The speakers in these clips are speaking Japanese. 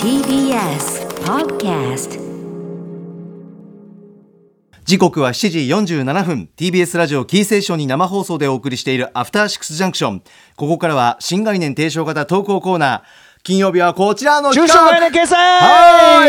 TBS Podcast 時刻は7時47分 TBS ラジオキーセーションに生放送でお送りしているアフターシックスジャンクションここからは新概念提唱型投稿コーナー金曜日はこちらの中企小概画念警察は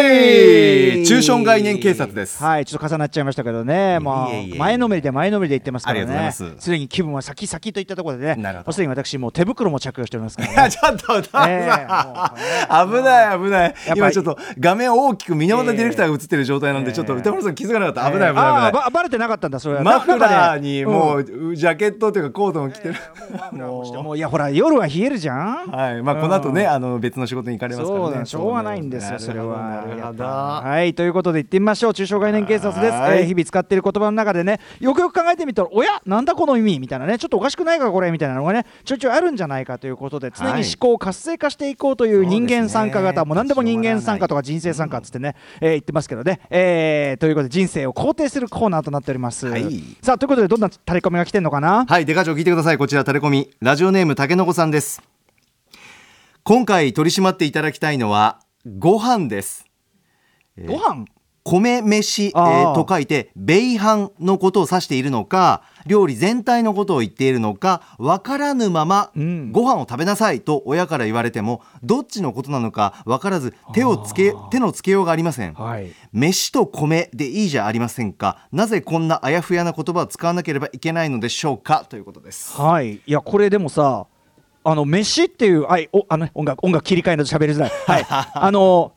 い中小概念警察ですはい、ちょっと重なっちゃいましたけどね、もいえいえいうえ前のめりで前のめりで言ってますからありがとうね、ございますすでに気分は先先といったところでね、なるほどもうすでに私、もう手袋も着用しておりますからいね。 やちょっと危ない、ええもう危ない危ないぱり今ちょっと画面を大きく見守ったディレクターが映ってる状態なんで、ええちょっと歌丸さん気づか なかった危ない危ない危あなあい、ばバレてなかったんだ、それは。マフラーになんかねもうジャケットというかコートも着てる、うんもうもういや、ほら、夜は冷えるじゃん。はいまあ、この後ね、あの別の仕事に行かれますからねそうなんしょうがないんですよ、それは。なるほどはい、ということで、行ってみましょう、中小概念警察です。はいえー日々使っている言葉の中でね、よくよく考えてみたら、おや、なんだこの意味みたいなね、ちょっとおかしくないか、これみたいなのがね、ちょいちょいあるんじゃないかということで、常はにい思考を活性化していこうという人間参加そうです型、ねもう何でも人間参加とか人生参加っつってね、えー言ってますけどね。えーということで、人生を肯定するコーナーとなっておりますはい。さあ、ということで、どんなタレコミが来てんのかなはい、デカ長聞いてください。こちらタレコミ、ラジオネーム竹の子さんです。今回取り締まっていただきたいのはご飯です。ご飯米飯、えーあーと書いて米飯のことを指しているのか、料理全体のことを言っているのか、わからぬまま、うんご飯を食べなさいと親から言われても、どっちのことなのかわからず手をつけ手のつけようがありません。はい。飯と米でいいじゃありませんか。なぜこんなあやふやな言葉を使わなければいけないのでしょうかということです。はい、いやこれでもさあの飯っていうあいおあのね音楽音楽切り替えのと喋 りづらい、はい、あの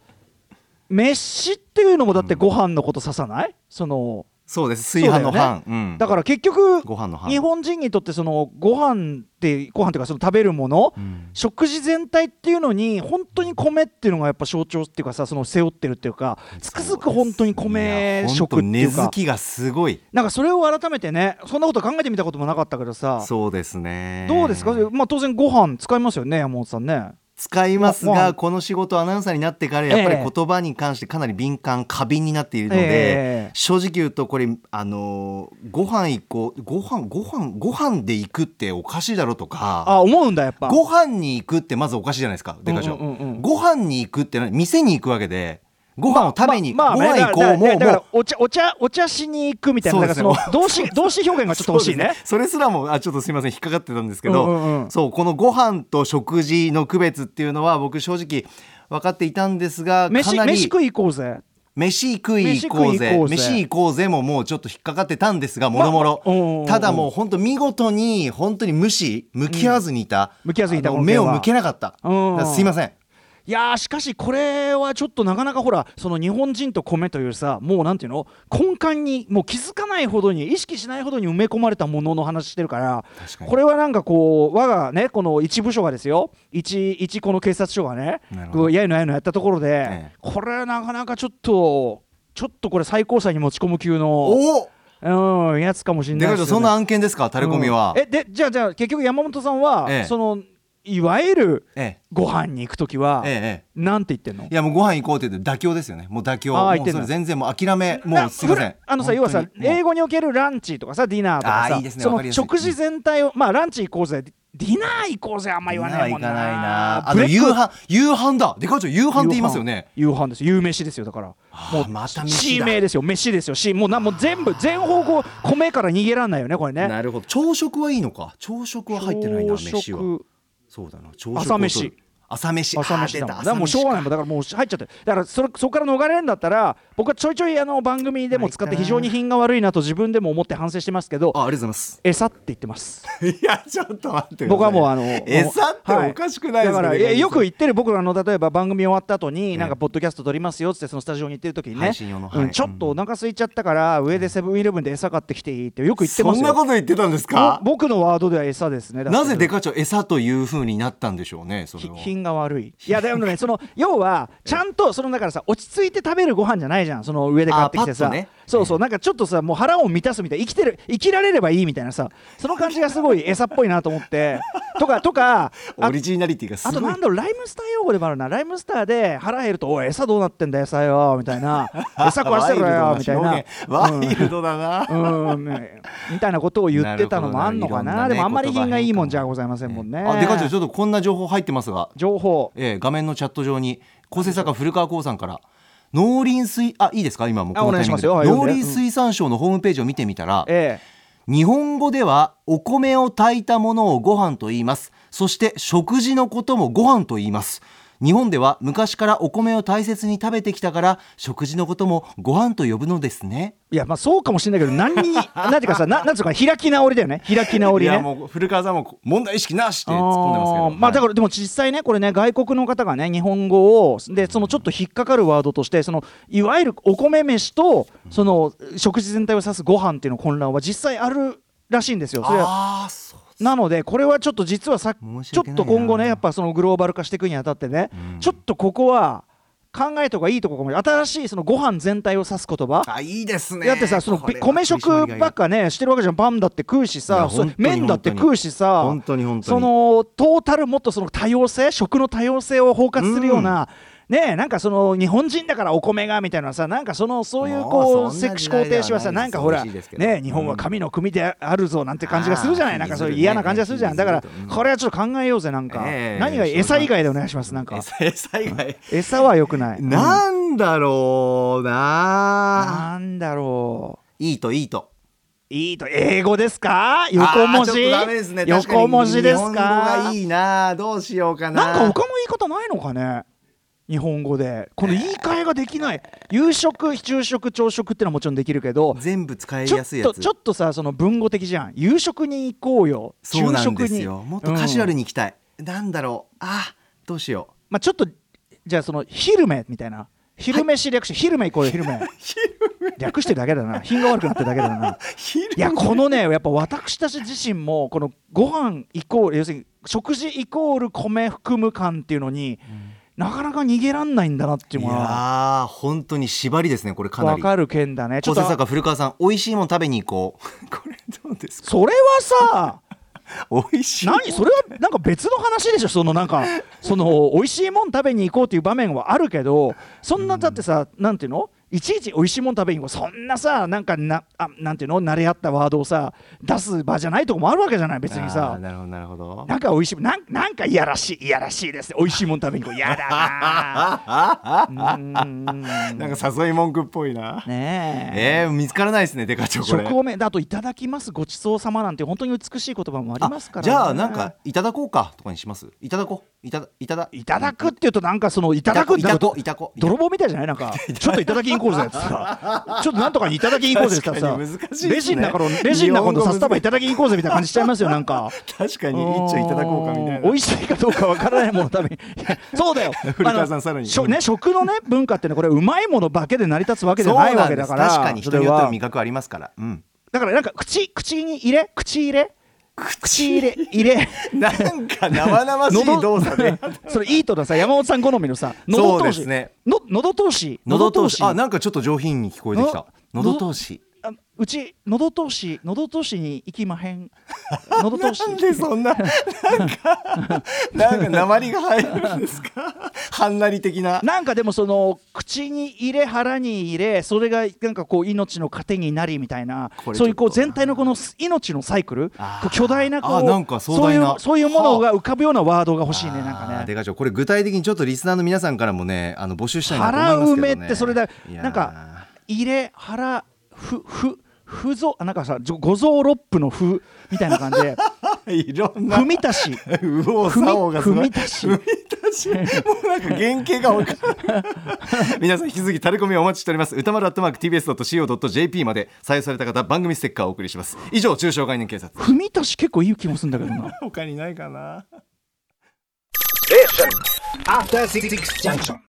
飯っていうのもだってご飯のこと指さない、そのそうです炊飯のそうだよ飯ねうんだから結局ご飯の飯日本人にとってそのご飯ってご飯っていうかその食べるもの、うん食事全体っていうのに本当に米っていうのがやっぱ象徴っていうかさその背負ってるっていうかつくづく本当に米食っていいやうほんと根か付きがすごいなんかそれを改めてねそんなこと考えてみたこともなかったけどさそうですねどうですか、まあ、当然ご飯使いますよね山本さんね使いますごが飯この仕事アナウンサーになってからやっぱえりえ言葉に関してかなり敏感過敏になっているので、ええ正直言うとこれあのーご飯行こうご飯ご飯ご飯で行くっておかしいだろとかあ思うんだやっぱご飯に行くってまずおかしいじゃないですかでかちょうんうんうんうんご飯に行くって何店に行くわけでご飯を食べに、まあまあご飯行こうねもうだからだからだかもうらお茶お茶お茶しに行くみたいなそうでだかすらねその動詞動詞表現がちょっと欲しいねそれすらもあちょっとすみません引っかかってたんですけど、うんうんうんそうこのご飯と食事の区別っていうのは僕正直分かっていたんですがか飯なり飯食い行こうぜ飯食い行こうぜ飯食い行こうぜ飯行こうぜももうちょっと引っかかってたんですがもろもまあうんうんうろんただもう本当見事に本当に無視向き合わずにいた、うん向き合わずにいたあのこの目件はを向けなかった、うんだからすいませんいやーしかしこれはちょっとなかなかほらその日本人と米というさもうなんていうの根幹にもう気づかないほどに意識しないほどに埋め込まれたものの話してるから確かにこれはなんかこう我がねこの一部署がですよ一一この警察署がねなるほどこうやいのやいのやったところで、ええこれはなかなかちょっとちょっとこれ最高裁に持ち込む級のおおうんやつかもしれでないかでちすょそよねんな案件ですかタレコミは、うんえでじゃあじゃあ結局山本さんは、ええそのいわゆるええご飯に行く時は、ええええなんて言ってんのいやもうご飯行こうって言って妥協ですよねもう妥協あーも言っうてんそだれ全然もう諦めもなうすいませんあのさ要はさ本当にもう英語におけるランチとかさディナーとかあーさいいですねそわかりのやすい食事全体をまあランチ行こうぜディナー行こうぜあんま言わないもんな行かないなあブとレック夕飯夕飯だでかちょ夕飯って言いますよね夕飯夕飯です夕飯ですよだからあーもまたう飯地だ名ですよ飯ですよしもうなもう全部全方向米から逃げらんないよねこれねなるほど朝食はいいのか朝食は入ってないな飯は朝食そうだな朝食を朝飯朝飯朝飯だもんあー出ただからもうしょうがないもんだからもう入っちゃってるだからそれそこから逃れるんだったら僕はちょいちょいあの番組でも使って非常に品が悪いなと自分でも思って反省してますけどあありがとうござい ます餌って言ってますいやちょっと待って僕はもうあのもう 餌ってはいおかしくないですだからいやよく言言ってる僕らの例えば番組終わった後に、えなんかポッドキャスト撮りますよっつってそのスタジオに行ってる時にね配信用のはいうんちょっとお腹空いちゃったから、上でセブンイレブンで餌買ってきていいってよく言ってまそんすよなこと言ってたんですかぼ僕のワードでは餌ですねだからなぜでかちょ餌という風になったんでしょうねそれひは品が悪いいやで もねその要はちゃんとそのだからさ落ち着いて食べるご飯じゃないじゃんその上で買ってきてあさ、パッとねそうそうなんかちょっとさもう腹を満たすみたいな生きてる生きられればいいみたいなさその感じがすごい餌っぽいなと思ってとか とかあオリジナリティがすあとごいなんだろうライムスター用語でもあるなライムスターで腹減ると「おい餌どうなってんだ餌よ」みた いな「餌壊してろよ」みたいなワイルドだな表現ワイルドだな、うんねみたいなことを言ってたのもあんのかななるほどねでもあんまりいろんなね品がいいもんじゃございませんもんね、あでかちょちょっとこんな情報入ってますが情報ええ画面のチャット上に構成作家古川光さんから農林水あいいですか今もうこのあお願いタイミングでしますよ農はい林水産省のホームページを見てみたら、え日本語ではお米を炊いたものをご飯と言いますそして食事のこともご飯と言います日本では昔からお米を大切に食べてきたから食事のこともご飯と呼ぶのですねえいやまあそうかもしれないけど 何になんていうかさななんていうか開き直りだよね開き直いりねやもう古川さんも問題意識なしって突っ込んでますけあどーまあだかららでも実際ねこれね外国の方がね日本語をでそのちょっと引っかかるワードとしてそのいわゆるお米飯とその食事全体を指すご飯っていうの混乱は実際あるらしいんですよ。それはああそうなのでこれはちょっと実はさ申しちょ訳ないっなと今後ねやっぱそのグローバル化していくにあたってね、ちょっとここは考えとかいいとこかもしれない新しいそのご飯全体を指す言葉あいいですねだってさそのこれは米食ばっかねしてるわけじゃんパンだって食うしいやさそう本当に麺だって食うしさ本当に本当にそのトータルもっとその多様性食の多様性を包括するような、ねえなんかその日本人だからお米がみたいなさなんかそのそういうもこううそんなセクシ時ー肯代では定しはさなないんですかほら嬉しいですけどねえ日本は神の国であるぞなんて感じがするじゃなあーいなんかそういう気にするね嫌な感じがするじゃんだから気にするねこれはちょっと考えようぜなんかええ何がいい餌以外でお願いしますなんか餌以外餌は良くないうんなんだろうななんだろういいといいといいと英語ですか横文あーちょっ字とダメですね確かに横文字です日本語かがいいなどうしようかななんか他の言い方ないのかね日本語でこの言い換えができない夕食昼食朝食ってのはもちろんできるけど全部使いちょやっすいやとつちょっとさその文語的じゃん夕食に行こうよそう昼なん食ですによもっとカジュアうルんに行きたい、なんだろうあどうしよまあちょっとじゃあその昼飯みたいな昼飯略して昼飯行こうよ昼 飯略してるだけだな品が悪くなってるだけだなう昼いやこのねやっぱ私たち自身もこのご飯イコール要するに食事イコール米含む感っていうのに、なかなか逃げらんないんだなっていいうのはやー本当に縛りですねこれかなわりかる件だねちょ小っと瀬坂古川さん美味しいもん食べに行こう これどうですかそれはさ美味しい何それはなんか別の話でしょそのなんかその美味しいもん食べに行こうっていう場面はあるけどそんなだってさ、なんていうのいちいち美味しいもん食べに行こうそんなさなんかなあなんていうの慣れ合ったワードをさ出す場じゃないとこもあるわけじゃない別にあさーなるほどなるほど なんか美味しいなんなんかいやらしいいやらしいですね美味しいもん食べに行こうやだな あうーんなんか誘い文句っぽいなねええー、見つからないですねデカチョこれ食おめだといただきますごちそうさまなんて本当に美しい言葉もありますから、ね、じゃあなんかいただこうかとかにしますいただこういただいただいただくっていうとなんかそのいただくっていただこなんかいただこいただこ泥棒みたいじゃないなんかちょっといただきに行こうぜってさちょっとなんとかにいただきに行こうぜって確さかに難しいですねレジの中のレジの中のさすたばいただきに行こうぜみたいな感じしちゃいますよなんか確かに一丁いただこうかみたい美な味しいかどうかわからないもののためにいやそうだよ 古川さんあのさらにしょね、食のね文化ってねこれうまいものだけで成り立つわけじゃないわけだからそうなんです確かに人によってそれはは味覚ありますからうんだからなんか口口に入れ口入れ口入れ 入れなんか生々しい喉動作で それいいとださ山本さん好みのさそう喉で通すし、ねの喉通し喉通しああなんかちょっと上品に聞こえてきたの喉通しうち喉通し喉通しに行きまへ ん喉通しなんでそんななんかなんか鉛が入るん ですかはんなり的ななんかでもその口に入れ腹に入れそれがなんかこう命の糧になりみたいなこれそういうこうちょっと全体のこの命のサイクルあーこう巨大なこあうなんか壮大なそういうそういうものが浮かぶようなワードが欲しいねなんあーかでねかちょこれ具体的にちょっとリスナーの皆さんからもねあの募集したいなと思い腹ます埋けどねめってそれだいやーなんか入れ腹ふふふぞあなんかさじょ五臓六腑のふみたいな 感じで いろんな踏み足しうおさおがすごい踏み踏み出し踏み出し もうなんか原型がわからない皆さん引き続きタレコミをお待ちしております歌丸アットマーク TBS.CO.JP まで採用された方番組ステッカーをお送りします以上中小概念警察踏み足し結構いい気もするんだけどな。他にないかな After Six Junction.